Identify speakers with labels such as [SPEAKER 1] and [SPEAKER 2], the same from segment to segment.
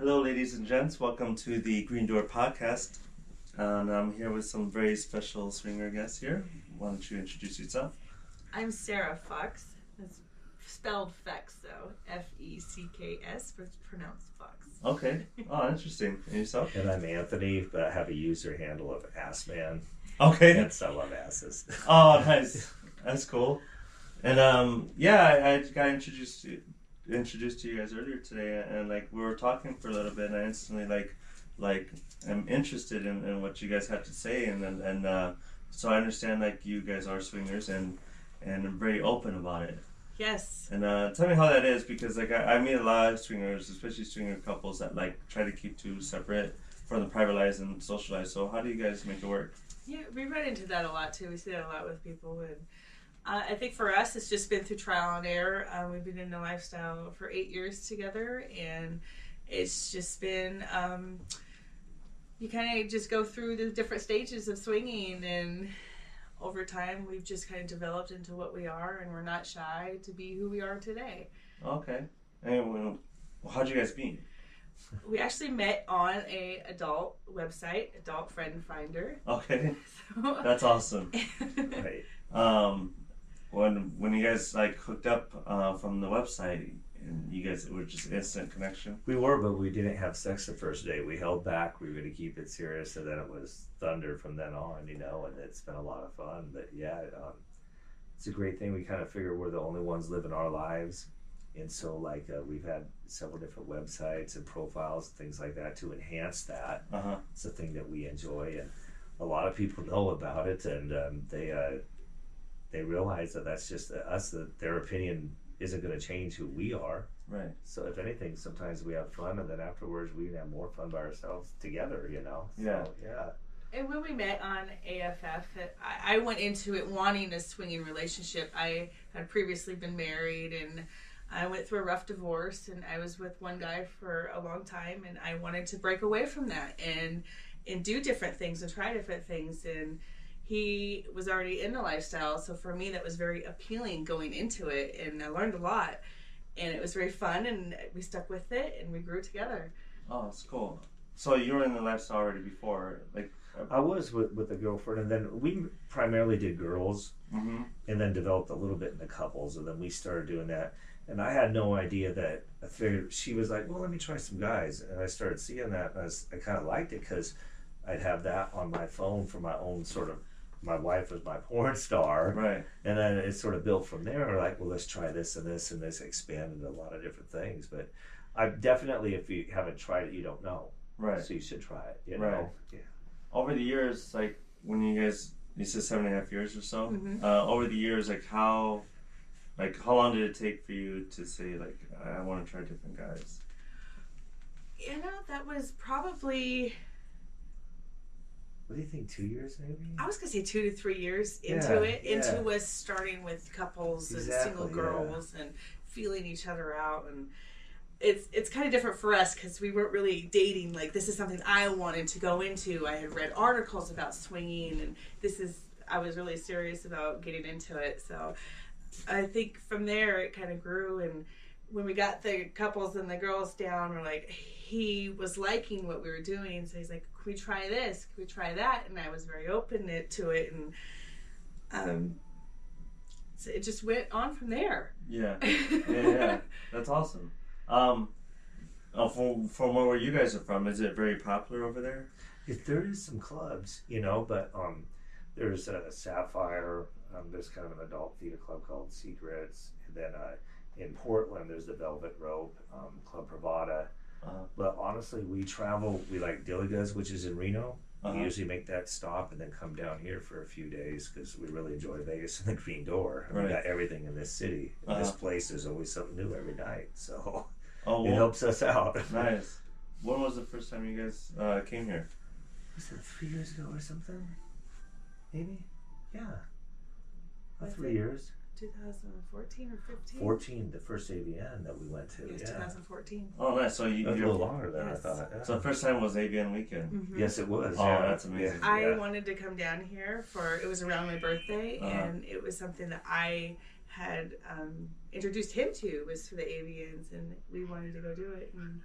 [SPEAKER 1] ladies and gents. Welcome to the Green Door Podcast. And I'm here with some very special swinger guests here. Why don't you introduce yourself?
[SPEAKER 2] I'm Sarah Fox. It's spelled Fex though. F E C K S, but it's pronounced Fox.
[SPEAKER 1] Okay. Oh, interesting. And yourself?
[SPEAKER 3] And I'm Anthony, but I have a user handle of Assman.
[SPEAKER 1] Okay.
[SPEAKER 3] Yes, I love asses.
[SPEAKER 1] Oh, nice. That's cool. And um, yeah, I, I got introduced to, introduced to you guys earlier today, and like we were talking for a little bit, and I instantly like like am interested in, in what you guys have to say, and and, and uh, so I understand like you guys are swingers and and I'm very open about it.
[SPEAKER 2] Yes.
[SPEAKER 1] And uh, tell me how that is because like I, I meet a lot of swingers, especially swinger couples that like try to keep two separate from the private lives and social lives. So how do you guys make it work?
[SPEAKER 2] Yeah, we run into that a lot too. We see that a lot with people. And uh, I think for us, it's just been through trial and error. Uh, we've been in the lifestyle for eight years together, and it's just been. Um, you kind of just go through the different stages of swinging, and over time, we've just kind of developed into what we are, and we're not shy to be who we are today.
[SPEAKER 1] Okay. And well, how'd you guys meet?
[SPEAKER 2] We actually met on a adult website, Adult Friend Finder.
[SPEAKER 1] Okay,
[SPEAKER 2] So,
[SPEAKER 1] that's awesome.
[SPEAKER 3] Right.
[SPEAKER 1] Um, when when you guys like hooked up uh, from the website and you guys were just instant connection.
[SPEAKER 3] We were, but we didn't have sex the first day. We held back. We were going to keep it serious, and then it was thunder from then on, you know, and it's been a lot of fun. But yeah, um, it's a great thing. We kind of figure we're the only ones living our lives. And so, like, uh, we've had several different websites and profiles, things like that, to enhance that.
[SPEAKER 1] Uh huh.
[SPEAKER 3] it's a thing that we enjoy and a lot of people know about it and um, they uh, they realize that that's just uh, us that their opinion isn't going to change who we are
[SPEAKER 1] Right.
[SPEAKER 3] so if anything sometimes we have fun and then afterwards we have more fun by ourselves together you know
[SPEAKER 1] Yeah.
[SPEAKER 3] so, yeah
[SPEAKER 2] and when we met on AFF, I, I went into it wanting a swinging relationship. I had previously been married and I went through a rough divorce and I was with one guy for a long time and I wanted to break away from that and and do different things and try different things and he was already in the lifestyle so for me that was very appealing going into it and I learned a lot and it was very fun and we stuck with it and we grew together.
[SPEAKER 1] Oh, it's cool. So you were in the lifestyle already before, like. uh,
[SPEAKER 3] i was with, with a girlfriend and then we primarily did girls
[SPEAKER 1] hmm
[SPEAKER 3] and then developed a little bit into couples and then we started doing that and i had no idea that i figured she was like well let me try some guys and i started seeing that and i, was- I kind of liked it because i'd have that on my phone for my own sort of my wife was my porn star
[SPEAKER 1] Right.
[SPEAKER 3] and then it sort of built from there We're like well let's try this and this and this expanded a lot of different things but i definitely if you haven't tried it you don't know
[SPEAKER 1] Right.
[SPEAKER 3] so you should try it you
[SPEAKER 1] Right.
[SPEAKER 3] know yeah.
[SPEAKER 1] over the years, like when you guys, you said seven and a half years or so.
[SPEAKER 2] Mhm.
[SPEAKER 1] Uh, over the years, like how, like how long did it take for you to say like I want to try different guys?
[SPEAKER 2] You know, that was probably
[SPEAKER 3] what do you think two years maybe
[SPEAKER 2] I was gonna say two to three years into
[SPEAKER 3] Yeah,
[SPEAKER 2] it, into
[SPEAKER 3] yeah.
[SPEAKER 2] us starting with couples
[SPEAKER 3] Exactly,
[SPEAKER 2] and single
[SPEAKER 3] yeah.
[SPEAKER 2] girls and feeling each other out, and it's it's kind of different for us because we weren't really dating. Like this is something I wanted to go into. I had read articles about swinging, and this is I was really serious about getting into it. So I think from there it kind of grew, and when we got the couples and the girls down, we're like, he was liking what we were doing, so he's like, "Can we try this? Can we try that?" And I was very open it- to it, and um, so it just went on from there.
[SPEAKER 1] Yeah, yeah, yeah. that's awesome. Um, uh, from from where you guys are from, is it very popular over there?
[SPEAKER 3] If there is some clubs, you know, but um, there's a Sapphire. Um, there's kind of an adult theater club called Secrets. And then uh, in Portland, there's the Velvet Rope um, Club Pravada.
[SPEAKER 1] Uh-huh.
[SPEAKER 3] But honestly, we travel. We like Diligas, which is in Reno.
[SPEAKER 1] Uh-huh.
[SPEAKER 3] We usually make that stop and then come down here for a few days because we really enjoy Vegas and the Green Door. And
[SPEAKER 1] Right.
[SPEAKER 3] We got everything in this city. In This
[SPEAKER 1] Uh-huh.
[SPEAKER 3] place, there's always something new every night, so
[SPEAKER 1] Oh,
[SPEAKER 3] it
[SPEAKER 1] well,
[SPEAKER 3] helps us out.
[SPEAKER 1] nice. When was the first time you guys uh, came here?
[SPEAKER 3] was it three years ago or something? Maybe? Yeah. About
[SPEAKER 2] Was
[SPEAKER 3] three
[SPEAKER 2] it-
[SPEAKER 3] years.
[SPEAKER 2] 2014 or 15?
[SPEAKER 3] 14, the first AVN that we went to.
[SPEAKER 2] It was
[SPEAKER 3] yeah.
[SPEAKER 2] 2014.
[SPEAKER 1] Oh, nice. So you,
[SPEAKER 3] That was a little
[SPEAKER 1] you
[SPEAKER 3] longer than
[SPEAKER 2] Yes.
[SPEAKER 3] I thought. yeah.
[SPEAKER 1] so the first time was ABN weekend.
[SPEAKER 2] Mhm.
[SPEAKER 3] yes, it was.
[SPEAKER 1] Oh,
[SPEAKER 3] yeah.
[SPEAKER 1] that's amazing.
[SPEAKER 3] Mm-hmm. Yeah.
[SPEAKER 2] I
[SPEAKER 3] yeah.
[SPEAKER 2] wanted to come down here for it was around my birthday,
[SPEAKER 1] Uh-huh.
[SPEAKER 2] and it was something that I had um, introduced him to was for the avians, and we wanted to go do it. And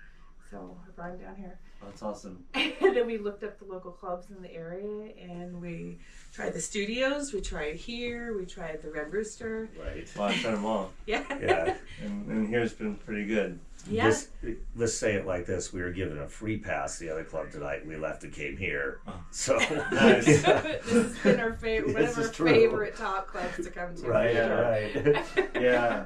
[SPEAKER 2] So I brought him down here.
[SPEAKER 1] That's awesome.
[SPEAKER 2] and then we looked up the local clubs in the area and we tried the studios. We tried here. We tried the Red Rooster.
[SPEAKER 3] Right.
[SPEAKER 1] Well, I tried them all,
[SPEAKER 2] Yeah.
[SPEAKER 3] Yeah.
[SPEAKER 1] and, and here's been pretty good.
[SPEAKER 2] Yeah.
[SPEAKER 3] This, let's say it like this: we were given a free pass to the other club tonight. We left and came here.
[SPEAKER 1] Oh.
[SPEAKER 3] So
[SPEAKER 1] Nice.
[SPEAKER 2] this has been our favorite, one
[SPEAKER 3] This
[SPEAKER 2] of our
[SPEAKER 3] is true.
[SPEAKER 2] favorite top clubs to come to.
[SPEAKER 3] right,
[SPEAKER 1] Yeah.
[SPEAKER 3] right.
[SPEAKER 1] Yeah,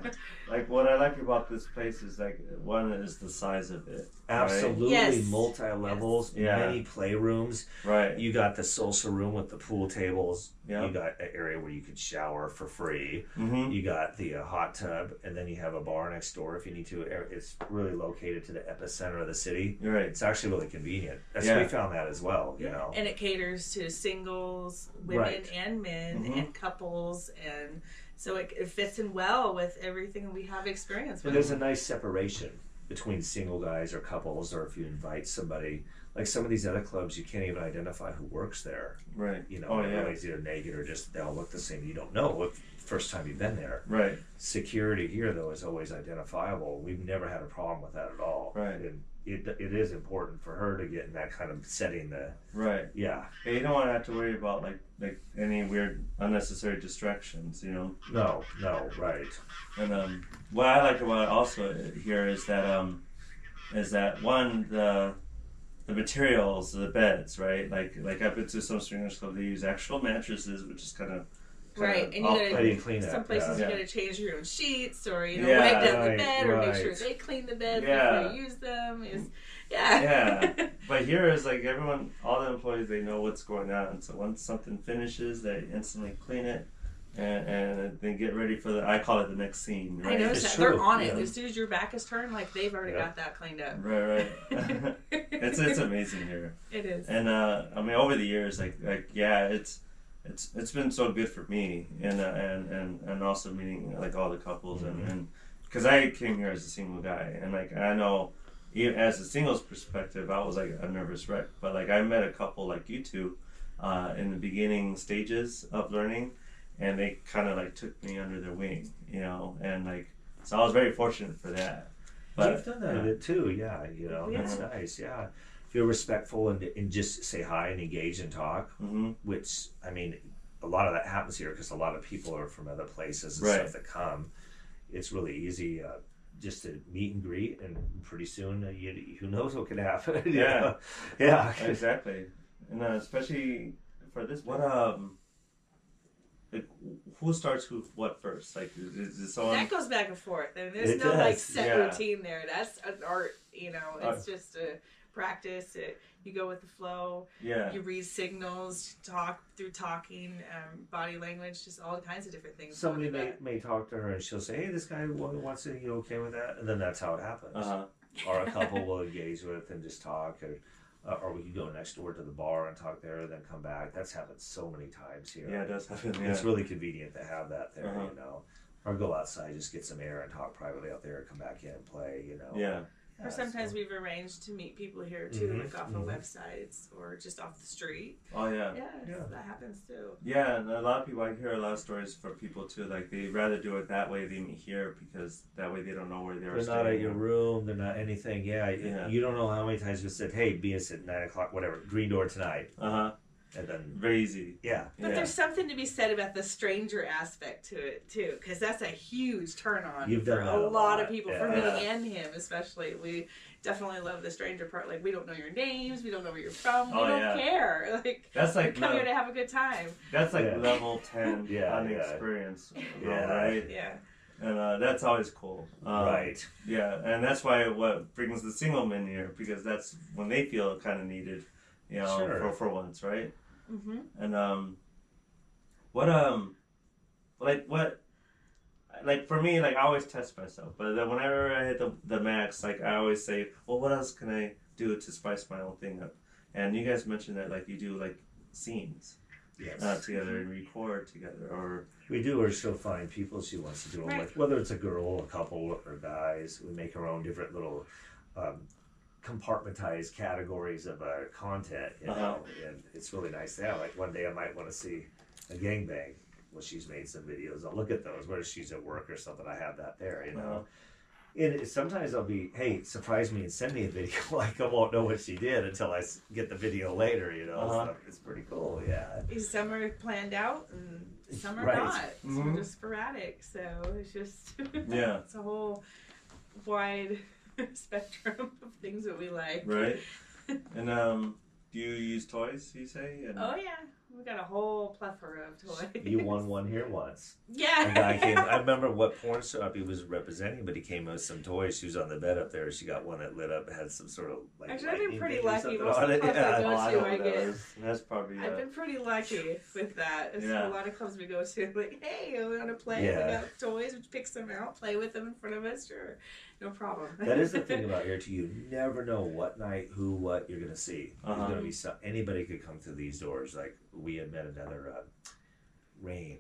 [SPEAKER 1] like what I like about this place is like one is the size of it. right?
[SPEAKER 3] Absolutely,
[SPEAKER 2] Yes.
[SPEAKER 3] multi levels,
[SPEAKER 1] Yes. Yeah.
[SPEAKER 3] many playrooms.
[SPEAKER 1] Right.
[SPEAKER 3] You got the salsa room with the pool tables.
[SPEAKER 1] Yeah.
[SPEAKER 3] You got an area where you could shower for free.
[SPEAKER 1] Mm-hmm.
[SPEAKER 3] You got the uh, hot tub, and then you have a bar next door if you need to. Er- It's really located to the epicenter of the city.
[SPEAKER 1] You're right.
[SPEAKER 3] It's actually really convenient. That's
[SPEAKER 1] Yeah.
[SPEAKER 3] we found that as well. You know,
[SPEAKER 2] And it caters to singles, women
[SPEAKER 3] Right.
[SPEAKER 2] and men,
[SPEAKER 1] Mhm.
[SPEAKER 2] and couples, and so it, it fits in well with everything we have experience
[SPEAKER 3] And
[SPEAKER 2] with.
[SPEAKER 3] there's a nice separation between single guys or couples, or if you invite somebody. Like some of these other clubs, you can't even identify who works there.
[SPEAKER 1] Right.
[SPEAKER 3] You know,
[SPEAKER 1] Oh yeah.
[SPEAKER 3] everybody's either naked or just they all look the same. You don't know if first time you've been there.
[SPEAKER 1] Right.
[SPEAKER 3] Security here though is always identifiable. We've never had a problem with that at all.
[SPEAKER 1] Right.
[SPEAKER 3] And it, it is important for her to get in that kind of setting. The
[SPEAKER 1] Right.
[SPEAKER 3] yeah,
[SPEAKER 1] Yeah, you don't want to have to worry about like like any weird unnecessary distractions. You know.
[SPEAKER 3] no, no, right,
[SPEAKER 1] And um, what I like about it also here is that um, is that one the the materials, the beds, right? Like like I've been to some swingers club, they use actual mattresses, which is kind of
[SPEAKER 2] Right, and you
[SPEAKER 1] off-
[SPEAKER 2] gotta-
[SPEAKER 3] I didn't clean that.
[SPEAKER 2] Some places
[SPEAKER 1] uh, Yeah.
[SPEAKER 2] you gotta change your own sheets, or you know,
[SPEAKER 1] Yeah,
[SPEAKER 2] wipe down
[SPEAKER 3] right,
[SPEAKER 2] the bed, or make sure
[SPEAKER 3] right.
[SPEAKER 2] they clean the bed
[SPEAKER 1] Yeah.
[SPEAKER 2] before you use them. Is yeah,
[SPEAKER 1] Yeah. But here is like everyone, all the employees, they know what's going on. So once something finishes, they instantly clean it. And, and then get ready for the. I call it the next scene,
[SPEAKER 2] I
[SPEAKER 1] right?
[SPEAKER 2] noticed
[SPEAKER 3] It's
[SPEAKER 2] that they're
[SPEAKER 3] true,
[SPEAKER 2] on it
[SPEAKER 3] yeah.
[SPEAKER 2] as soon as your back is turned. Like they've already
[SPEAKER 3] Yeah.
[SPEAKER 2] got that cleaned up.
[SPEAKER 1] Right, right. it's it's amazing here.
[SPEAKER 2] It is.
[SPEAKER 1] and uh, I mean over the years, like like yeah, it's it's it's been so good for me, and uh, and and and also meeting like all the couples,
[SPEAKER 3] Mm-hmm.
[SPEAKER 1] and and because I came here as a single guy, and like I know, even as a singles perspective, I was like a nervous wreck, but like I met a couple like you two, uh, in the beginning stages of learning, and they kind of like took me under their wing, you know, and like so I was very fortunate for that. But
[SPEAKER 3] You've done that a bit too, yeah. You know,
[SPEAKER 2] Yeah.
[SPEAKER 3] that's nice. Yeah, if you're respectful and, and just say hi and engage and talk,
[SPEAKER 1] hmm
[SPEAKER 3] which I mean, a lot of that happens here because a lot of people are from other places and
[SPEAKER 1] Right.
[SPEAKER 3] stuff that come. It's really easy uh, just to meet and greet, and pretty soon uh, you, who knows what could happen. you
[SPEAKER 1] Yeah.
[SPEAKER 3] know? yeah.
[SPEAKER 1] exactly, and uh, especially for this. What um, like who starts with what first? Like is, is it someone?
[SPEAKER 2] That goes back and forth, and there's
[SPEAKER 3] It
[SPEAKER 2] no like
[SPEAKER 3] does,
[SPEAKER 2] set
[SPEAKER 1] yeah.
[SPEAKER 2] routine there. That's an art, you know.
[SPEAKER 1] Uh,
[SPEAKER 2] It's just a practice. It, you go with the flow.
[SPEAKER 1] Yeah,
[SPEAKER 2] You read signals, talk through talking, um, body language, just all kinds of different things. go
[SPEAKER 3] Somebody
[SPEAKER 2] into
[SPEAKER 3] may,
[SPEAKER 2] that.
[SPEAKER 3] may talk to her and she'll say, "Hey, this guy wa- wants it. You okay with that?" And then that's how it happens.
[SPEAKER 1] uh huh.
[SPEAKER 3] or a couple will engage with and just talk or uh, or we could go next door to the bar and talk there and then come back that's happened so many times here
[SPEAKER 1] Yeah, it does happen.
[SPEAKER 3] it's
[SPEAKER 1] Yeah,
[SPEAKER 3] really convenient to have that there
[SPEAKER 1] Uh-huh.
[SPEAKER 3] you know or go outside just get some air and talk privately out there and come back in and play you know
[SPEAKER 1] yeah,
[SPEAKER 3] Yeah,
[SPEAKER 2] Or sometimes
[SPEAKER 3] so-
[SPEAKER 2] we've arranged to meet people here too,
[SPEAKER 3] Mhm,
[SPEAKER 2] like off
[SPEAKER 3] mhm.
[SPEAKER 2] of websites or just off the street.
[SPEAKER 1] oh yeah.
[SPEAKER 2] Yeah,
[SPEAKER 3] Yeah.
[SPEAKER 2] that happens too.
[SPEAKER 1] Yeah, and a lot of people, I hear a lot of stories from people too, like they rather do it that way than here because that way they don't know where they are
[SPEAKER 3] they're
[SPEAKER 1] staying.
[SPEAKER 3] not at your room they're not anything yeah, y-
[SPEAKER 1] Yeah.
[SPEAKER 3] you don't know how many times we said hey be us at nine o'clock whatever green door tonight
[SPEAKER 1] Uh huh.
[SPEAKER 3] and then
[SPEAKER 1] Very easy.
[SPEAKER 3] yeah
[SPEAKER 2] But
[SPEAKER 1] yeah.
[SPEAKER 2] there's something to be said about the stranger aspect to it too, because that's a huge turn on
[SPEAKER 3] You've done
[SPEAKER 2] for
[SPEAKER 3] that
[SPEAKER 2] a
[SPEAKER 3] a
[SPEAKER 2] lot,
[SPEAKER 3] lot,
[SPEAKER 2] of people, for
[SPEAKER 1] yeah.
[SPEAKER 2] me and him especially. We definitely love the stranger part. Like we don't know your names, we don't know where you're from, we
[SPEAKER 1] Oh,
[SPEAKER 2] don't
[SPEAKER 1] yeah.
[SPEAKER 2] care. Like
[SPEAKER 1] That's
[SPEAKER 2] we
[SPEAKER 1] like
[SPEAKER 2] come
[SPEAKER 1] le-
[SPEAKER 2] here to have a good time.
[SPEAKER 1] that's like
[SPEAKER 3] Yeah.
[SPEAKER 1] level ten
[SPEAKER 3] Yeah,
[SPEAKER 1] on
[SPEAKER 3] yeah.
[SPEAKER 1] experience.
[SPEAKER 3] Yeah.
[SPEAKER 1] right.
[SPEAKER 2] Yeah,
[SPEAKER 1] And uh, that's always cool. Um,
[SPEAKER 3] right
[SPEAKER 1] Yeah, and that's why what brings the single men here because that's when they feel kind of needed, you know,
[SPEAKER 3] Sure.
[SPEAKER 1] for for once, right?
[SPEAKER 2] hmm
[SPEAKER 1] And um, what um, like what, like for me, like I always test myself, but then whenever I hit the the max, like I always say, well, what else can I do to spice my own thing up? And you guys mentioned that like you do like scenes
[SPEAKER 3] yes
[SPEAKER 1] uh, together and record together, or
[SPEAKER 3] We do, or she'll find people she wants to do it
[SPEAKER 2] Right.
[SPEAKER 3] with, whether it's a girl, a couple, or guys. We make our own different little um, compartmentized categories of uh, content, you
[SPEAKER 1] Uh-huh.
[SPEAKER 3] know, and it's really nice to have. Like one day I might want to see a gangbang.
[SPEAKER 1] Uh-huh.
[SPEAKER 3] Well, she's made some videos. I'll look at those, whether she's at work or something. I have that there, you know. And it, sometimes I'll be, hey, surprise me and send me a video. like I won't know what she did until I s- get the video later. You know,
[SPEAKER 1] Uh-huh.
[SPEAKER 3] so it's pretty cool. Yeah.
[SPEAKER 2] Is some are planned out and some are
[SPEAKER 3] Right. Mm-hmm.
[SPEAKER 2] not. So
[SPEAKER 1] Mhm.
[SPEAKER 2] We're just sporadic, so it's just
[SPEAKER 1] Yeah.
[SPEAKER 2] it's a whole wide spectrum of things that we like.
[SPEAKER 1] right? And um, do you use toys? You say? And,
[SPEAKER 2] Oh yeah, we got a whole plethora of toys.
[SPEAKER 3] Uh, You won one here once.
[SPEAKER 2] Yeah.
[SPEAKER 3] A guy came. I remember what porn star he was representing, but he came with some toys. She was on the bed up there. She got one that lit up, had some sort of like.
[SPEAKER 2] Actually, I've been
[SPEAKER 3] lightning
[SPEAKER 2] pretty
[SPEAKER 3] bit or
[SPEAKER 2] lucky.
[SPEAKER 3] something
[SPEAKER 2] Most
[SPEAKER 3] on
[SPEAKER 2] of
[SPEAKER 3] it.
[SPEAKER 2] the clubs I
[SPEAKER 3] Yeah.
[SPEAKER 2] go
[SPEAKER 1] Oh, I
[SPEAKER 2] to,
[SPEAKER 1] know
[SPEAKER 2] I
[SPEAKER 1] what that
[SPEAKER 2] get-
[SPEAKER 1] is. That's probably.
[SPEAKER 2] I've
[SPEAKER 1] uh,
[SPEAKER 2] been pretty lucky with that. It's
[SPEAKER 1] Yeah.
[SPEAKER 2] A lot of clubs we go to, like, hey, we want to play. We
[SPEAKER 3] Yeah.
[SPEAKER 2] got toys, we pick some out, play with them in front of us. Sure, no problem.
[SPEAKER 3] That is the thing about here too. You never know what night, who, what you're gonna see.
[SPEAKER 1] Uh-huh.
[SPEAKER 3] There's gonna be some, anybody could come through these doors. Like we had met another uh, Rain,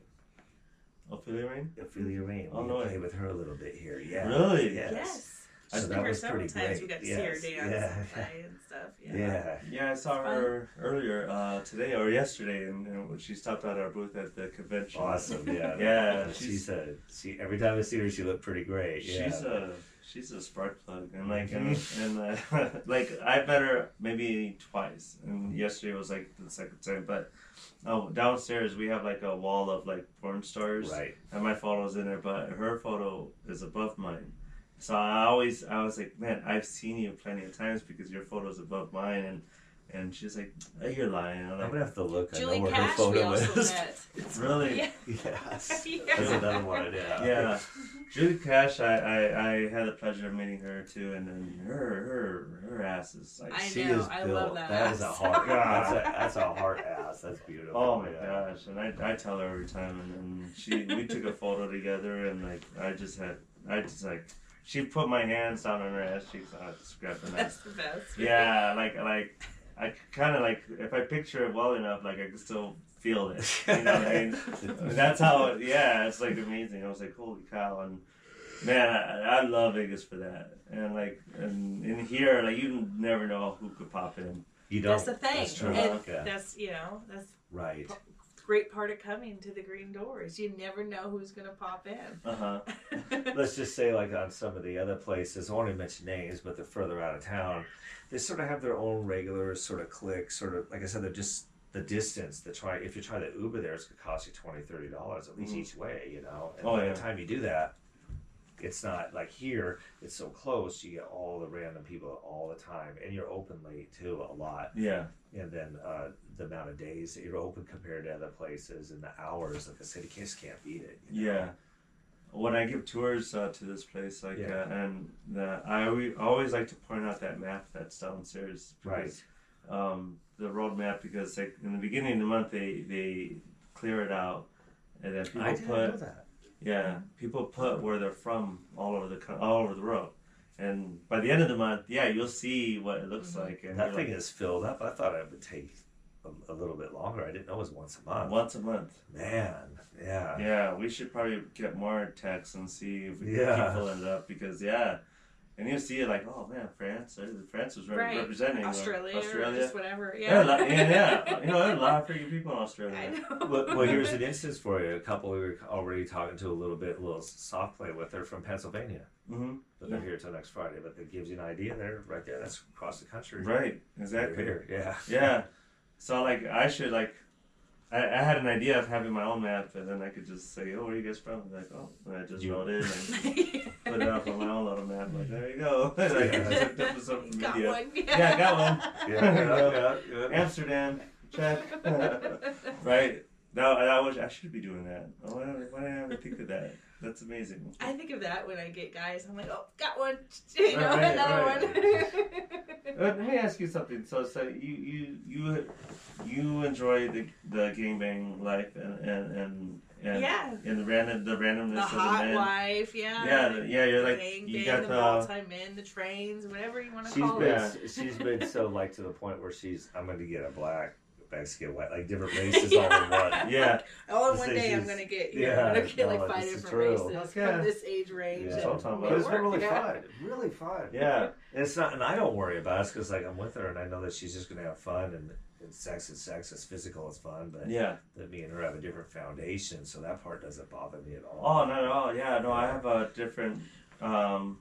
[SPEAKER 1] uh, Ophelia Rain.
[SPEAKER 3] Ophelia Rain.
[SPEAKER 1] Oh,
[SPEAKER 3] we
[SPEAKER 1] no.
[SPEAKER 3] played with her a little bit here. Yeah.
[SPEAKER 1] Really?
[SPEAKER 3] Yes.
[SPEAKER 2] yes.
[SPEAKER 3] So
[SPEAKER 2] She
[SPEAKER 3] that
[SPEAKER 2] there were
[SPEAKER 3] was
[SPEAKER 2] several
[SPEAKER 3] pretty
[SPEAKER 2] times
[SPEAKER 3] great.
[SPEAKER 2] we got to
[SPEAKER 3] yes.
[SPEAKER 2] see her dance and
[SPEAKER 3] Yeah.
[SPEAKER 2] play and stuff. Yeah.
[SPEAKER 3] Yeah. yeah.
[SPEAKER 1] Yeah, I saw
[SPEAKER 2] Fun.
[SPEAKER 1] her earlier uh, today or yesterday, and, and she stopped at our booth at the convention.
[SPEAKER 3] Awesome. Yeah.
[SPEAKER 1] Yeah,
[SPEAKER 3] She's,
[SPEAKER 1] she's-
[SPEAKER 3] a she. Every time I see her, she looked pretty great. Yeah.
[SPEAKER 1] She's a she's a spark plug, and like and, and uh, like I met her maybe twice, and yesterday was like the second time. But oh, downstairs we have like a wall of like porn stars,
[SPEAKER 3] right.
[SPEAKER 1] and my photo's in there, but her photo is above mine. So I always I was like, man, I've seen you plenty of times because your photo's above mine, and and she's like, oh, you're lying. I'm
[SPEAKER 3] I'm
[SPEAKER 1] like,
[SPEAKER 3] gonna have to look. I
[SPEAKER 2] Julie
[SPEAKER 3] know where her
[SPEAKER 2] Cash, we
[SPEAKER 3] photo
[SPEAKER 2] also
[SPEAKER 3] is.
[SPEAKER 2] met.
[SPEAKER 1] really?
[SPEAKER 2] Yeah.
[SPEAKER 3] Yes.
[SPEAKER 2] Yeah.
[SPEAKER 3] That's another one. Yeah.
[SPEAKER 1] yeah. Julie Cash, I, I, I had the pleasure of meeting her too, and then her her her ass is like,
[SPEAKER 2] I
[SPEAKER 3] She
[SPEAKER 2] know,
[SPEAKER 3] is
[SPEAKER 2] I
[SPEAKER 3] built.
[SPEAKER 2] love that
[SPEAKER 3] That is a
[SPEAKER 2] ass.
[SPEAKER 3] hard. that's, a, that's a hard ass. That's beautiful.
[SPEAKER 1] oh my
[SPEAKER 3] yeah.
[SPEAKER 1] gosh! And I, I tell her every time, and, then she we took a photo together, and like I just had I just like she put my hands down on her ass cheeks, and I just grabbed an
[SPEAKER 2] That's
[SPEAKER 1] ass.
[SPEAKER 2] the best.
[SPEAKER 1] Yeah, like like I kind of like if I picture it well enough, like I can still feel it. You know what I mean? That's how, it, yeah, it's like amazing. I was like, holy cow. And man, I, I love Vegas for that. And like, and in here, like, you never know who could pop in.
[SPEAKER 3] You don't.
[SPEAKER 2] That's the thing.
[SPEAKER 3] That's true.
[SPEAKER 2] And
[SPEAKER 3] Okay.
[SPEAKER 2] that's you know that's
[SPEAKER 3] Right.
[SPEAKER 2] the great part of coming to the Green Door is you never know who's gonna pop in.
[SPEAKER 1] Uh huh.
[SPEAKER 3] Let's just say, like on some of the other places, I won't even mention names, but they're further out of town. They sort of have their own regular sort of clique. Sort of like I said, they're just the distance. The try if you try the Uber there, it's gonna cost you twenty, thirty dollars at least
[SPEAKER 1] Mhm.
[SPEAKER 3] each way. You know, and
[SPEAKER 1] Oh,
[SPEAKER 3] by
[SPEAKER 1] yeah.
[SPEAKER 3] the time you do that, it's not like here. It's so close. You get all the random people all the time, and you're open late too a lot.
[SPEAKER 1] Yeah.
[SPEAKER 3] and then uh, the amount of days that you're open compared to other places and the hours like i said you just can't beat it you know?
[SPEAKER 1] Yeah. When I give tours uh, to this place, like,
[SPEAKER 3] Yeah.
[SPEAKER 1] uh, and the, I always, always like to point out that map that's downstairs. because, Um, the road map, because like in the beginning of the month, they, they clear it out. And then people
[SPEAKER 3] i didn't
[SPEAKER 1] put
[SPEAKER 3] know that
[SPEAKER 1] Yeah, people put where they're from all over the co- all over the world, and by the end of the month, yeah, you'll see what it looks
[SPEAKER 3] Mm-hmm.
[SPEAKER 2] Mhm.
[SPEAKER 1] like. And
[SPEAKER 3] that
[SPEAKER 1] you're
[SPEAKER 3] thing
[SPEAKER 1] like,
[SPEAKER 3] is filled up i thought it would take a, a little bit longer i didn't know it was once a month
[SPEAKER 1] once a month.
[SPEAKER 3] man yeah
[SPEAKER 1] Yeah, we should probably get more texts and see if we can
[SPEAKER 3] Yeah.
[SPEAKER 1] keep filling it up because yeah, and you'll see it like oh man, France, uh, France was re-
[SPEAKER 2] Right.
[SPEAKER 1] representing or
[SPEAKER 2] Australia, or
[SPEAKER 1] Australia.
[SPEAKER 2] just whatever.
[SPEAKER 1] Yeah,
[SPEAKER 2] Yeah.
[SPEAKER 1] a lot- yeah, yeah, you know, there are a lot of freaking people in Australia.
[SPEAKER 2] I know.
[SPEAKER 3] well, well, here's an instance for you. A couple we were already talking to a little bit, a little soft play with. They're from Pennsylvania,
[SPEAKER 1] hmm
[SPEAKER 3] but they're here till next Friday. But that gives you an idea. They're right there. That's across the country.
[SPEAKER 1] Right,
[SPEAKER 3] They're
[SPEAKER 1] exactly.
[SPEAKER 3] Here. Yeah.
[SPEAKER 1] Yeah. So like I should like I, I had an idea of having my own map and then I could just say, Oh, where are you guys from? And like, oh and I just
[SPEAKER 3] You-
[SPEAKER 1] wrote it and put it up on my own little map, like, there you go. like, I just looked up some
[SPEAKER 2] Got
[SPEAKER 1] media.
[SPEAKER 2] one. Yeah.
[SPEAKER 1] Yeah, I got
[SPEAKER 3] Yeah. yeah, yeah, yeah.
[SPEAKER 1] Amsterdam, check. right. No, I, I wish I should be doing that. Oh, why, don't- why didn't I ever think of that? That's amazing.
[SPEAKER 2] I think of that when I get guys. I'm like, oh, got one. You know,
[SPEAKER 1] Right,
[SPEAKER 2] another
[SPEAKER 1] right. Uh,
[SPEAKER 2] one.
[SPEAKER 1] Let me ask you something. So, so you you you you enjoy the the gangbang life and and and, and
[SPEAKER 2] yeah.
[SPEAKER 1] and the random the randomness
[SPEAKER 2] The
[SPEAKER 1] of the
[SPEAKER 2] hot
[SPEAKER 1] men.
[SPEAKER 2] wife. Yeah.
[SPEAKER 1] Yeah,
[SPEAKER 2] the-
[SPEAKER 1] the- yeah, you're
[SPEAKER 2] the
[SPEAKER 1] like
[SPEAKER 2] gang
[SPEAKER 1] you
[SPEAKER 2] bang,
[SPEAKER 1] got
[SPEAKER 2] the,
[SPEAKER 1] the
[SPEAKER 2] multi-men, the trains, whatever you want to
[SPEAKER 3] She's
[SPEAKER 2] call
[SPEAKER 3] been
[SPEAKER 2] it.
[SPEAKER 1] Yeah.
[SPEAKER 3] she's been so like to the point where she's I'm going to get a black Mexican white like different races all in one.
[SPEAKER 1] yeah.
[SPEAKER 2] All in
[SPEAKER 3] This
[SPEAKER 2] Oh, one
[SPEAKER 3] is-
[SPEAKER 2] day, I'm
[SPEAKER 3] is-
[SPEAKER 2] gonna get. You
[SPEAKER 3] yeah,
[SPEAKER 2] know, I'm gonna get
[SPEAKER 3] no,
[SPEAKER 2] like five
[SPEAKER 3] this is
[SPEAKER 2] different races
[SPEAKER 3] true.
[SPEAKER 1] Yeah.
[SPEAKER 2] from this age range.
[SPEAKER 3] Yeah.
[SPEAKER 1] That's what I'm talking
[SPEAKER 2] and
[SPEAKER 1] about.
[SPEAKER 3] But it's been
[SPEAKER 2] work,
[SPEAKER 3] really
[SPEAKER 2] yeah.
[SPEAKER 3] fun, really fun.
[SPEAKER 1] Yeah,
[SPEAKER 3] and it's not, and I don't worry about it because like I'm with her and I know that she's just going to have fun and, and sex is sex, it's physical, it's fun, but
[SPEAKER 1] yeah.
[SPEAKER 3] that me and her have a different foundation, so that part doesn't bother me at all.
[SPEAKER 1] Oh, not at all. Yeah, no, I have a different um,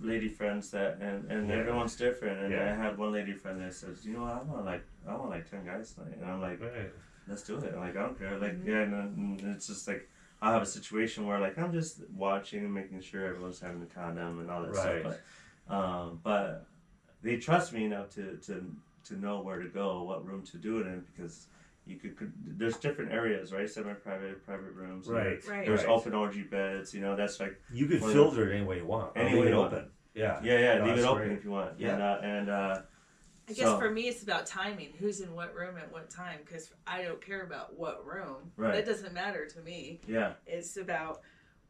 [SPEAKER 1] lady friends that and and
[SPEAKER 3] Yeah.
[SPEAKER 1] everyone's different. And
[SPEAKER 3] Yeah.
[SPEAKER 1] I had one lady friend that says, you know, what, I want like I want like ten guys tonight, and I'm like,
[SPEAKER 3] Right.
[SPEAKER 1] let's do it. Like I don't care. Like
[SPEAKER 2] Mhm.
[SPEAKER 1] yeah, and, then- and it's just like I have a situation where like I'm just watching and making sure everyone's having a condom and all that
[SPEAKER 3] Right.
[SPEAKER 1] stuff. But um, but they trust me enough to to to know where to go, what room to do it in, because you could, could there's different areas, right? Semi-private, private rooms. and
[SPEAKER 3] Right.
[SPEAKER 2] Right.
[SPEAKER 1] There's
[SPEAKER 3] Right.
[SPEAKER 1] open orgy beds. You know, that's like
[SPEAKER 3] You could
[SPEAKER 1] Well,
[SPEAKER 3] filter it any way you want. or
[SPEAKER 1] any
[SPEAKER 3] leave
[SPEAKER 1] way
[SPEAKER 3] it
[SPEAKER 1] you want.
[SPEAKER 3] open. Yeah.
[SPEAKER 1] yeah, yeah.
[SPEAKER 3] No,
[SPEAKER 1] leave it
[SPEAKER 3] that's
[SPEAKER 1] open
[SPEAKER 3] great.
[SPEAKER 1] if you want.
[SPEAKER 3] Yeah.
[SPEAKER 1] And uh, and uh,
[SPEAKER 2] I guess
[SPEAKER 1] So-
[SPEAKER 2] for me, it's about timing. Who's in what room at what time? Because I don't care about what room.
[SPEAKER 1] Right.
[SPEAKER 2] That doesn't matter to me.
[SPEAKER 1] yeah,
[SPEAKER 2] It's about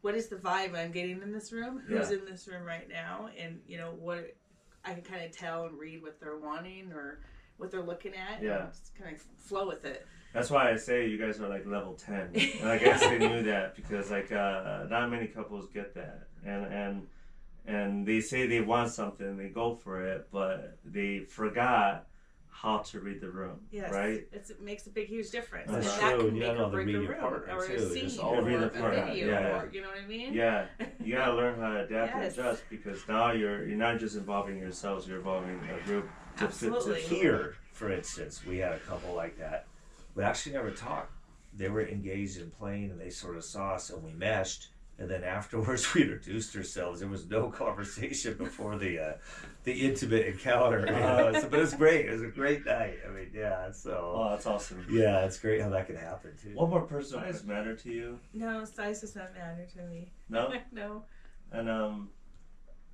[SPEAKER 2] what is the vibe I'm getting in this room? Who's in this room right now? And you know what? I can kind of tell and read what they're wanting or what they're looking at.
[SPEAKER 1] Yeah.
[SPEAKER 2] And just kind of flow with it.
[SPEAKER 1] That's why I say you guys are like level ten. And I guess they knew that because like uh, not many couples get that, and and and they say they want something, they go for it, but they forgot how to read the room,
[SPEAKER 2] Yes.
[SPEAKER 1] right?
[SPEAKER 2] It's, it makes a big, huge difference.
[SPEAKER 1] That's
[SPEAKER 2] and that
[SPEAKER 3] true.
[SPEAKER 2] can
[SPEAKER 3] You
[SPEAKER 2] make
[SPEAKER 3] gotta
[SPEAKER 2] or break a
[SPEAKER 3] read your
[SPEAKER 2] room
[SPEAKER 3] partner,
[SPEAKER 2] or a
[SPEAKER 3] too.
[SPEAKER 2] scene
[SPEAKER 3] Just
[SPEAKER 2] or
[SPEAKER 3] all
[SPEAKER 1] read
[SPEAKER 2] a
[SPEAKER 1] the partner.
[SPEAKER 2] video.
[SPEAKER 1] Yeah,
[SPEAKER 2] Or, you know what I mean?
[SPEAKER 1] Yeah, you gotta learn how to adapt
[SPEAKER 2] Yes.
[SPEAKER 1] and adjust because now you're you're not just involving yourselves, you're involving a group. To, fit- to,
[SPEAKER 2] Absolutely.
[SPEAKER 3] Here, for instance, we had a couple like that. We actually never talked. They were engaged in playing and they sort of saw us and we meshed. And then afterwards, we introduced ourselves. There was no conversation before the uh, the intimate encounter. you know, so- but it was great. It was a great night. I mean, yeah. So
[SPEAKER 1] oh, that's awesome.
[SPEAKER 3] yeah, it's great how that can happen too.
[SPEAKER 1] One more person does matter to you?
[SPEAKER 2] No, size does not matter to me.
[SPEAKER 1] No.
[SPEAKER 2] no.
[SPEAKER 1] and um,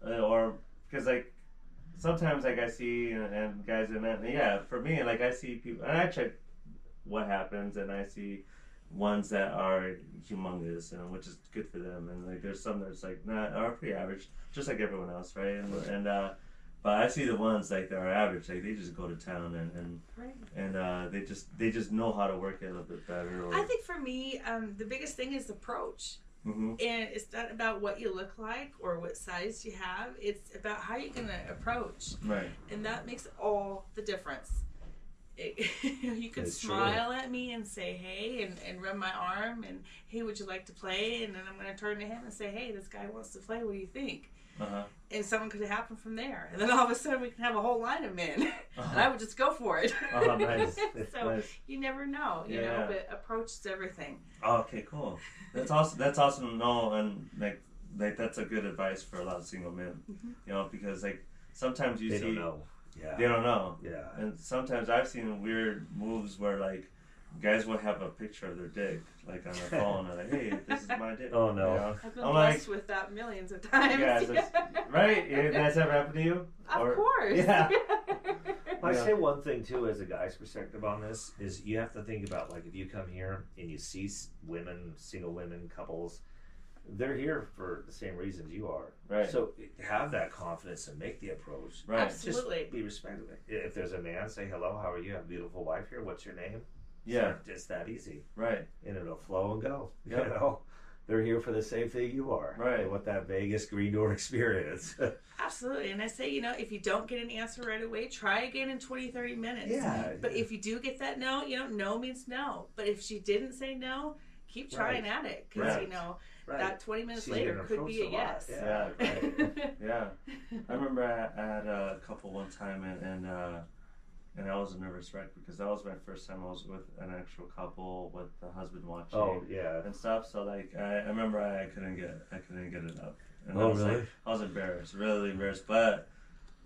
[SPEAKER 1] uh, or because like sometimes like I see and, and guys and that, yeah, for me like I see people and I check what happens and I see ones that are humongous and which is good for them and like there's some that's like not are pretty average just like everyone else right and
[SPEAKER 3] Right.
[SPEAKER 1] and uh, but I see the ones like that are average like they just go to town and and
[SPEAKER 2] Right.
[SPEAKER 1] and uh, they just they just know how to work it a little bit better or
[SPEAKER 2] I think for me, um, the biggest thing is approach.
[SPEAKER 1] Mhm.
[SPEAKER 2] And it's not about what you look like or what size you have, it's about how you're going to approach.
[SPEAKER 1] right
[SPEAKER 2] And that makes all the difference. It, you can
[SPEAKER 3] That's true.
[SPEAKER 2] smile at me and say, hey, and, and rub my arm, and hey, would you like to play? And then I'm going to turn to him and say, hey, this guy wants to play. What do you think?
[SPEAKER 1] uh
[SPEAKER 2] And something could happen from there. And then all of a sudden, we can have a whole line of men. and I
[SPEAKER 1] huh
[SPEAKER 2] would just go for it.
[SPEAKER 1] Oh, uh-huh, nice.
[SPEAKER 2] so you never know, you know,
[SPEAKER 1] Yeah.
[SPEAKER 2] but approach is everything.
[SPEAKER 1] Oh, okay, cool. That's awesome. That's awesome to know, and like, like that's a good advice for a lot of single men.
[SPEAKER 2] Mhm.
[SPEAKER 1] You know, because like sometimes you
[SPEAKER 3] they
[SPEAKER 1] see
[SPEAKER 3] don't know. Yeah.
[SPEAKER 1] they don't know,
[SPEAKER 3] yeah.
[SPEAKER 1] and sometimes I've seen weird moves where like guys will have a picture of their dick like on their phone and like, hey, this is my dick.
[SPEAKER 3] Oh, no.
[SPEAKER 1] You know?
[SPEAKER 2] I've been
[SPEAKER 1] I'm
[SPEAKER 2] blessed with that millions of times.
[SPEAKER 1] Yeah, it's just- right? Yeah, that's ever happened to you?
[SPEAKER 2] of
[SPEAKER 1] Or-
[SPEAKER 2] course.
[SPEAKER 1] Yeah.
[SPEAKER 3] I
[SPEAKER 1] Yeah.
[SPEAKER 3] say one thing too, as a guy's perspective on this, is you have to think about like if you come here and you see s- women, single women, couples, they're here for the same reasons you are.
[SPEAKER 1] Right.
[SPEAKER 3] So have that confidence and make the approach.
[SPEAKER 1] Right.
[SPEAKER 2] Absolutely.
[SPEAKER 3] Just be respectful. If there's a man, say hello. How are you? I have a beautiful wife here. What's your name?
[SPEAKER 1] Yeah.
[SPEAKER 3] It's that easy,
[SPEAKER 1] Right.
[SPEAKER 3] and it'll flow and go.
[SPEAKER 1] Yeah.
[SPEAKER 3] You know. They're here for the same thing you are.
[SPEAKER 1] Right.
[SPEAKER 3] They want that Vegas green door experience.
[SPEAKER 2] Absolutely. And I say, you know, if you don't get an answer right away, try again in 20, 30 minutes.
[SPEAKER 3] Yeah.
[SPEAKER 2] But if you do get that no, you know, no means no. But if she didn't say no, keep trying at it because,
[SPEAKER 1] Right.
[SPEAKER 2] you know,
[SPEAKER 3] right.
[SPEAKER 2] that 20 minutes
[SPEAKER 3] See,
[SPEAKER 2] later
[SPEAKER 3] different
[SPEAKER 2] could be a
[SPEAKER 3] approach a lot.
[SPEAKER 2] yes.
[SPEAKER 1] Yeah.
[SPEAKER 3] right.
[SPEAKER 1] Yeah. I remember I, I had a couple one time and and, uh, and I was a nervous wreck because that was my first time I was with an actual couple with the husband watching
[SPEAKER 3] Oh yeah.
[SPEAKER 1] and stuff. So like I, I remember I couldn't get I couldn't get it up. And I
[SPEAKER 3] Oh
[SPEAKER 1] was like,
[SPEAKER 3] really?
[SPEAKER 1] I was embarrassed, really embarrassed, but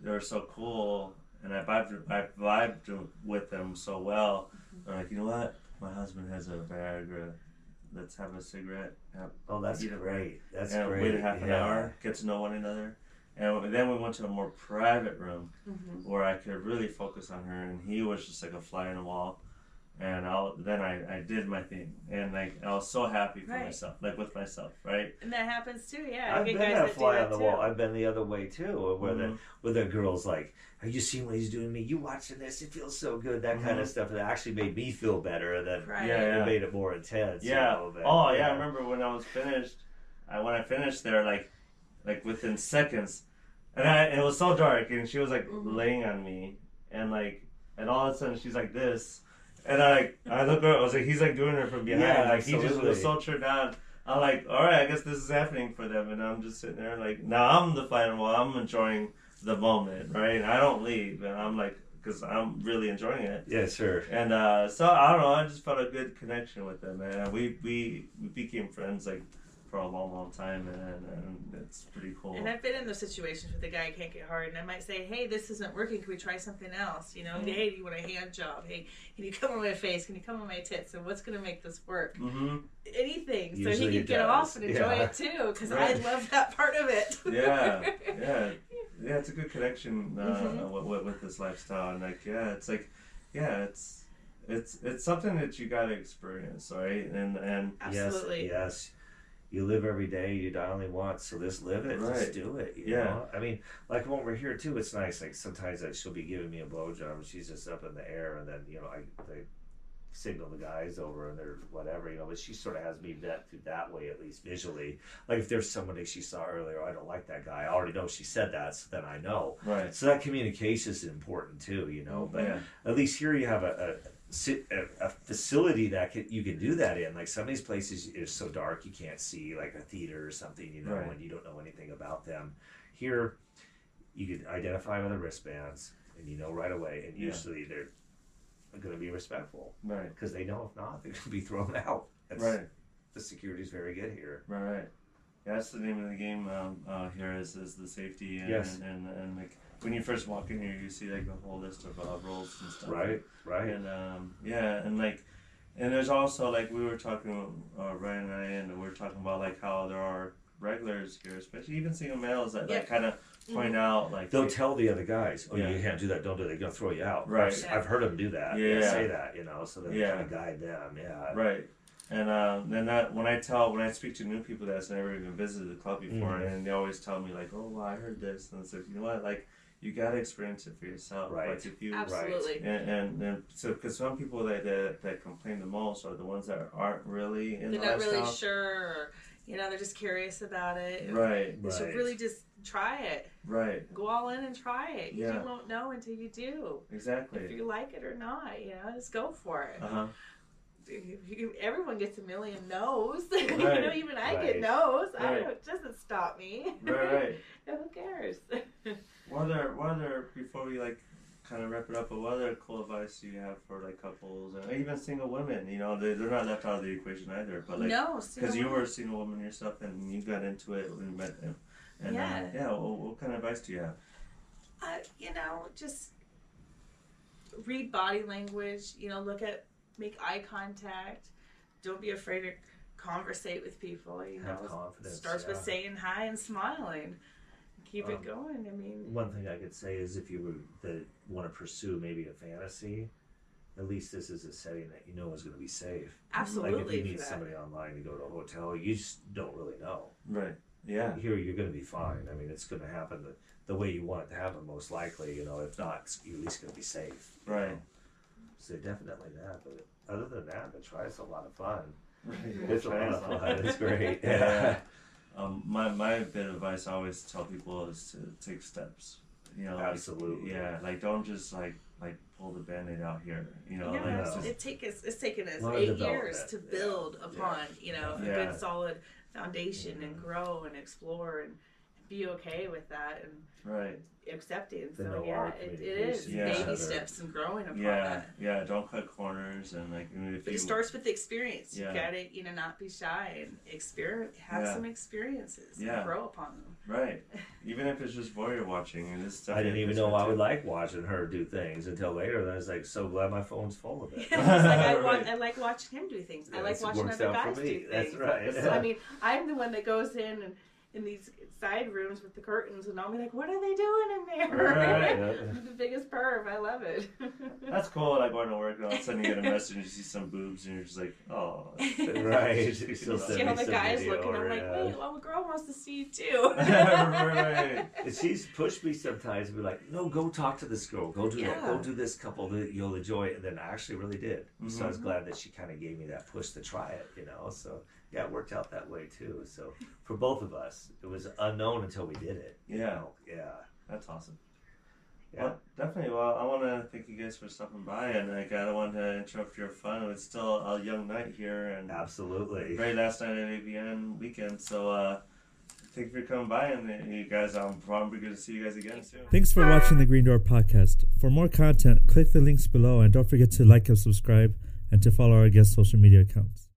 [SPEAKER 1] they were so cool, and I vibed, I vibed with them so well. I'm like, you know what? My husband has a Viagra. Let's have a cigarette. Have,
[SPEAKER 3] Oh, that's
[SPEAKER 1] Either way.
[SPEAKER 3] great. That's
[SPEAKER 1] and
[SPEAKER 3] great.
[SPEAKER 1] wait a half an
[SPEAKER 3] Yeah.
[SPEAKER 1] hour, get to know one another, and then we went to a more private room
[SPEAKER 2] Mhm.
[SPEAKER 1] where I could really focus on her, and he was just like a fly in the wall. And I'll, then I, I did my thing, and like I was so happy for
[SPEAKER 2] Right.
[SPEAKER 1] myself, like with myself, right?
[SPEAKER 2] And that happens too. Yeah.
[SPEAKER 3] I've
[SPEAKER 2] you
[SPEAKER 3] been
[SPEAKER 2] get guys
[SPEAKER 3] that
[SPEAKER 2] that
[SPEAKER 3] fly
[SPEAKER 2] do that
[SPEAKER 3] on the
[SPEAKER 2] too.
[SPEAKER 3] wall. I've been the other way too, where
[SPEAKER 1] Mhm.
[SPEAKER 3] the where the girls like, "Have you seen what he's doing to me? You watching this? It feels so good." That kind of
[SPEAKER 1] Mhm.
[SPEAKER 3] stuff. That actually made me feel better, and then
[SPEAKER 2] Right.
[SPEAKER 1] Yeah,
[SPEAKER 3] it made it more intense. you
[SPEAKER 1] Yeah.
[SPEAKER 3] know, that-
[SPEAKER 1] Oh yeah, I remember when I was finished. I when I finished there, like, like within seconds, and I and it was so dark, and she was like
[SPEAKER 3] Mm-hmm.
[SPEAKER 2] Mhm.
[SPEAKER 1] laying on me, and like, and all of a sudden she's like this, and I I look over, I was like, he's like doing her from behind,
[SPEAKER 3] Yeah,
[SPEAKER 1] like he just was
[SPEAKER 3] absolutely.
[SPEAKER 1] so turned on. I'm like, all right, I guess this is happening for them, and I'm just sitting there like, now I'm the final one. I'm enjoying the moment, right? I don't leave, and I'm like, because I'm really enjoying it.
[SPEAKER 3] Yeah, sure.
[SPEAKER 1] And uh, so I don't know, I just felt a good connection with them, and we we, we became friends like for a long, long time, and, and it's pretty cool.
[SPEAKER 2] And I've been in those situations where the guy can't get hard, and I might say, "Hey, this isn't working. Can we try something else? You know,
[SPEAKER 3] Mm-hmm.
[SPEAKER 1] Mhm.
[SPEAKER 2] hey, do you want a hand job? Hey, can you come on my face? Can you come on my tits? And what's going to make this work?
[SPEAKER 1] hmm
[SPEAKER 2] Anything, so
[SPEAKER 3] Usually
[SPEAKER 2] he
[SPEAKER 3] it
[SPEAKER 2] can get
[SPEAKER 3] does.
[SPEAKER 2] off and enjoy
[SPEAKER 3] Yeah.
[SPEAKER 2] it too, because
[SPEAKER 1] Right.
[SPEAKER 2] I love that part of it.
[SPEAKER 1] Yeah, yeah, yeah. It's a good connection uh,
[SPEAKER 2] Mhm.
[SPEAKER 1] with, with, with this lifestyle, and like, yeah, it's like, yeah, it's it's it's something that you gotta experience, right? And and
[SPEAKER 2] Absolutely.
[SPEAKER 3] Yes, yes. You live every day, you die only once, so just live it,
[SPEAKER 1] Right.
[SPEAKER 3] just do it. You
[SPEAKER 1] Yeah.
[SPEAKER 3] know? I mean, like when we're here too, it's nice. Like sometimes like she'll be giving me a blowjob, and she's just up in the air, and then you know I they signal the guys over and they're whatever, you know. But she sort of has me vet through that way at least visually. Like if there's somebody she saw earlier, I don't like that guy. I already know she said that, so then I know.
[SPEAKER 1] right,
[SPEAKER 3] So that communication is important too, you know. But
[SPEAKER 1] yeah,
[SPEAKER 3] at least here you have a, a sit- a, a facility that can, you can do that in. Like some of these places it's so dark you can't see, like a theater or something, you know,
[SPEAKER 1] Right.
[SPEAKER 3] and you don't know anything about them. Here, you can identify with the wristbands, and you know right away. And
[SPEAKER 1] Yeah.
[SPEAKER 3] usually they're going to be respectful
[SPEAKER 1] right,
[SPEAKER 3] because they know if not, they're going to be thrown out. That's,
[SPEAKER 1] right.
[SPEAKER 3] The security's very good here.
[SPEAKER 1] Right, right. Yeah, that's the name of the game um, uh, here is, is the safety and,
[SPEAKER 3] Yes.
[SPEAKER 1] and, and like when you first walk in here, you see like the whole list of uh, roles and stuff.
[SPEAKER 3] Right, right.
[SPEAKER 1] And um, yeah, and like, and there's also like we were talking, uh, Ryan and I, and we were talking about like how there are regulars here, especially even single males that
[SPEAKER 2] Yeah.
[SPEAKER 1] like kind of point out like
[SPEAKER 3] They'll tell the other guys, "Oh,
[SPEAKER 1] Yeah.
[SPEAKER 3] you can't do that. Don't do that. They're gonna throw you out."
[SPEAKER 1] Right.
[SPEAKER 3] I've, I've heard them do that. They
[SPEAKER 1] Yeah.
[SPEAKER 3] say that, you know. So then
[SPEAKER 1] Yeah.
[SPEAKER 3] kind of guide them. Yeah.
[SPEAKER 1] Right. And um, then that when I tell when I speak to new people that's never even visited the club before,
[SPEAKER 3] Mhm.
[SPEAKER 1] and they always tell me like, "Oh, well, I heard this," and it's like, you know what, like you gotta experience it for yourself.
[SPEAKER 3] Right.
[SPEAKER 1] Like if you
[SPEAKER 2] Absolutely.
[SPEAKER 1] and and, and so because some people that, that that complain the most are the ones that aren't really in
[SPEAKER 2] They're
[SPEAKER 1] the
[SPEAKER 2] not
[SPEAKER 1] lifestyle.
[SPEAKER 2] really sure. Or, you know, they're just curious about it.
[SPEAKER 1] Right.
[SPEAKER 2] They should
[SPEAKER 3] Right.
[SPEAKER 2] really just try it.
[SPEAKER 1] Right.
[SPEAKER 2] Go all in and try it. You
[SPEAKER 1] Yeah.
[SPEAKER 2] just won't know until you do. If
[SPEAKER 1] Exactly.
[SPEAKER 2] you like it or not, you know, just go for it.
[SPEAKER 1] Uh huh.
[SPEAKER 2] You- everyone gets a million no's. you know,
[SPEAKER 1] Right,
[SPEAKER 2] even I
[SPEAKER 3] right,
[SPEAKER 2] get no's. I
[SPEAKER 1] right.
[SPEAKER 2] don't, it doesn't stop me.
[SPEAKER 1] Right. Right.
[SPEAKER 2] Who cares?
[SPEAKER 1] What other what other before we like kind of wrap it up, but what other cool advice do you have for like couples and even single women? You know, they they're not left out of the equation either. But like.
[SPEAKER 2] no,
[SPEAKER 1] Because
[SPEAKER 2] single
[SPEAKER 1] you were
[SPEAKER 2] women.
[SPEAKER 1] a single woman yourself and you got into it and met him. And, Uh,
[SPEAKER 2] Yeah.
[SPEAKER 1] yeah, well, what kind of advice do you have?
[SPEAKER 2] uh, you know, just read body language. You know, look at, make eye contact. Don't be afraid to conversate with people. You
[SPEAKER 3] Have
[SPEAKER 2] know, it
[SPEAKER 3] confidence.
[SPEAKER 2] starts
[SPEAKER 3] yeah.
[SPEAKER 2] with saying hi and smiling. Keep
[SPEAKER 3] Um,
[SPEAKER 2] it going. I mean,
[SPEAKER 3] One thing I could say is if you were that want to pursue maybe a fantasy, at least this is a setting that you know is going to be safe.
[SPEAKER 2] absolutely.
[SPEAKER 3] Like if you
[SPEAKER 2] for
[SPEAKER 3] meet
[SPEAKER 2] that.
[SPEAKER 3] somebody online, you go to a hotel, you just don't really know.
[SPEAKER 1] Right. Yeah.
[SPEAKER 3] Here, you're going to be fine. I mean, it's going to happen the, the way you want it to happen, most likely. You know, if not, it's- you're at least going to be safe. you
[SPEAKER 1] Right.
[SPEAKER 3] know? So definitely that. But other than that, the try's a lot of fun.
[SPEAKER 1] Right.
[SPEAKER 3] It's a lot of fun. It's great.
[SPEAKER 1] Yeah. Um, my, my bit of advice I always tell people is to take steps. You know, like,
[SPEAKER 3] Absolutely.
[SPEAKER 1] yeah, like don't just like like pull the band-aid out here. You know,
[SPEAKER 2] Yeah,
[SPEAKER 1] like
[SPEAKER 3] it's
[SPEAKER 2] it's-
[SPEAKER 1] just
[SPEAKER 2] it take us, it's taken us
[SPEAKER 3] A lot of
[SPEAKER 2] eight years
[SPEAKER 3] development,
[SPEAKER 2] to
[SPEAKER 3] yeah.
[SPEAKER 2] build upon, you know, a
[SPEAKER 1] Yeah.
[SPEAKER 2] good solid foundation and
[SPEAKER 3] Mhm.
[SPEAKER 2] grow and explore and be okay with that and
[SPEAKER 1] right.
[SPEAKER 2] accepting.
[SPEAKER 3] Then
[SPEAKER 2] So
[SPEAKER 3] the
[SPEAKER 2] yeah,
[SPEAKER 3] wire
[SPEAKER 2] it, it
[SPEAKER 3] communication
[SPEAKER 2] is
[SPEAKER 1] with each
[SPEAKER 2] baby
[SPEAKER 3] other.
[SPEAKER 2] steps and growing upon
[SPEAKER 1] Yeah,
[SPEAKER 2] that.
[SPEAKER 1] yeah. Don't cut corners and like I mean, if
[SPEAKER 2] But
[SPEAKER 1] you
[SPEAKER 2] it starts with the experience.
[SPEAKER 1] Yeah.
[SPEAKER 2] You gotta, you know, not be shy and experience, have
[SPEAKER 1] Yeah.
[SPEAKER 2] some experiences
[SPEAKER 1] Yeah.
[SPEAKER 2] and grow upon them.
[SPEAKER 1] right, even if it's just voyeur watching, and it's
[SPEAKER 3] I didn't
[SPEAKER 1] definitely
[SPEAKER 3] even know I would
[SPEAKER 1] perspective.
[SPEAKER 3] like watching her do things until later. And I was like, so glad my phone's full of it.
[SPEAKER 2] It's like I, wa-
[SPEAKER 1] Right.
[SPEAKER 2] I like watching him do things. I
[SPEAKER 3] Yeah,
[SPEAKER 2] like
[SPEAKER 3] it's- it
[SPEAKER 2] watching
[SPEAKER 3] works
[SPEAKER 2] other
[SPEAKER 3] out for
[SPEAKER 2] guys do
[SPEAKER 3] me.
[SPEAKER 2] things.
[SPEAKER 3] That's right.
[SPEAKER 2] So, I mean, I'm the one that goes in and in these side rooms with the curtains, and I'll be like, "What are they doing in
[SPEAKER 1] Right.
[SPEAKER 2] there?"
[SPEAKER 3] Yeah.
[SPEAKER 2] I'm the biggest perv. I love it.
[SPEAKER 1] That's cool. Like going to work, and all of a sudden you get a message, and you see some boobs, and you're just like, oh,
[SPEAKER 3] right. She still
[SPEAKER 1] See
[SPEAKER 2] See
[SPEAKER 3] sent
[SPEAKER 2] how
[SPEAKER 3] me
[SPEAKER 2] the
[SPEAKER 3] some
[SPEAKER 2] guys
[SPEAKER 3] video,
[SPEAKER 2] look, and I'm like,
[SPEAKER 3] yeah.
[SPEAKER 2] "Wait, well, a girl wants to see you too."
[SPEAKER 1] Right.
[SPEAKER 3] And she's pushed me sometimes and be like, no, go talk to this girl. Go do that.
[SPEAKER 2] Yeah.
[SPEAKER 3] Go do this couple. that You'll enjoy it. And then I actually really did. So I was
[SPEAKER 2] Mm-hmm.
[SPEAKER 1] Mhm.
[SPEAKER 3] glad that she kind of gave me that push to try it, you know? So yeah, it worked out that way too. So for both of us, it was unknown until we did it. you
[SPEAKER 1] Yeah.
[SPEAKER 3] know? Yeah.
[SPEAKER 1] That's awesome.
[SPEAKER 3] Yeah.
[SPEAKER 1] Well, definitely. Well, I want to thank you guys for stopping by, and like, I don't want to interrupt your fun. It's still a young night here, and
[SPEAKER 3] Absolutely.
[SPEAKER 1] very last night at ABN weekend. So, uh, thank you for coming by, and uh, you guys, I'm probably going to see you guys again soon.
[SPEAKER 4] Thanks for watching the Green Door podcast. For more content, click the links below and don't forget to like and subscribe and to follow our guest social media accounts.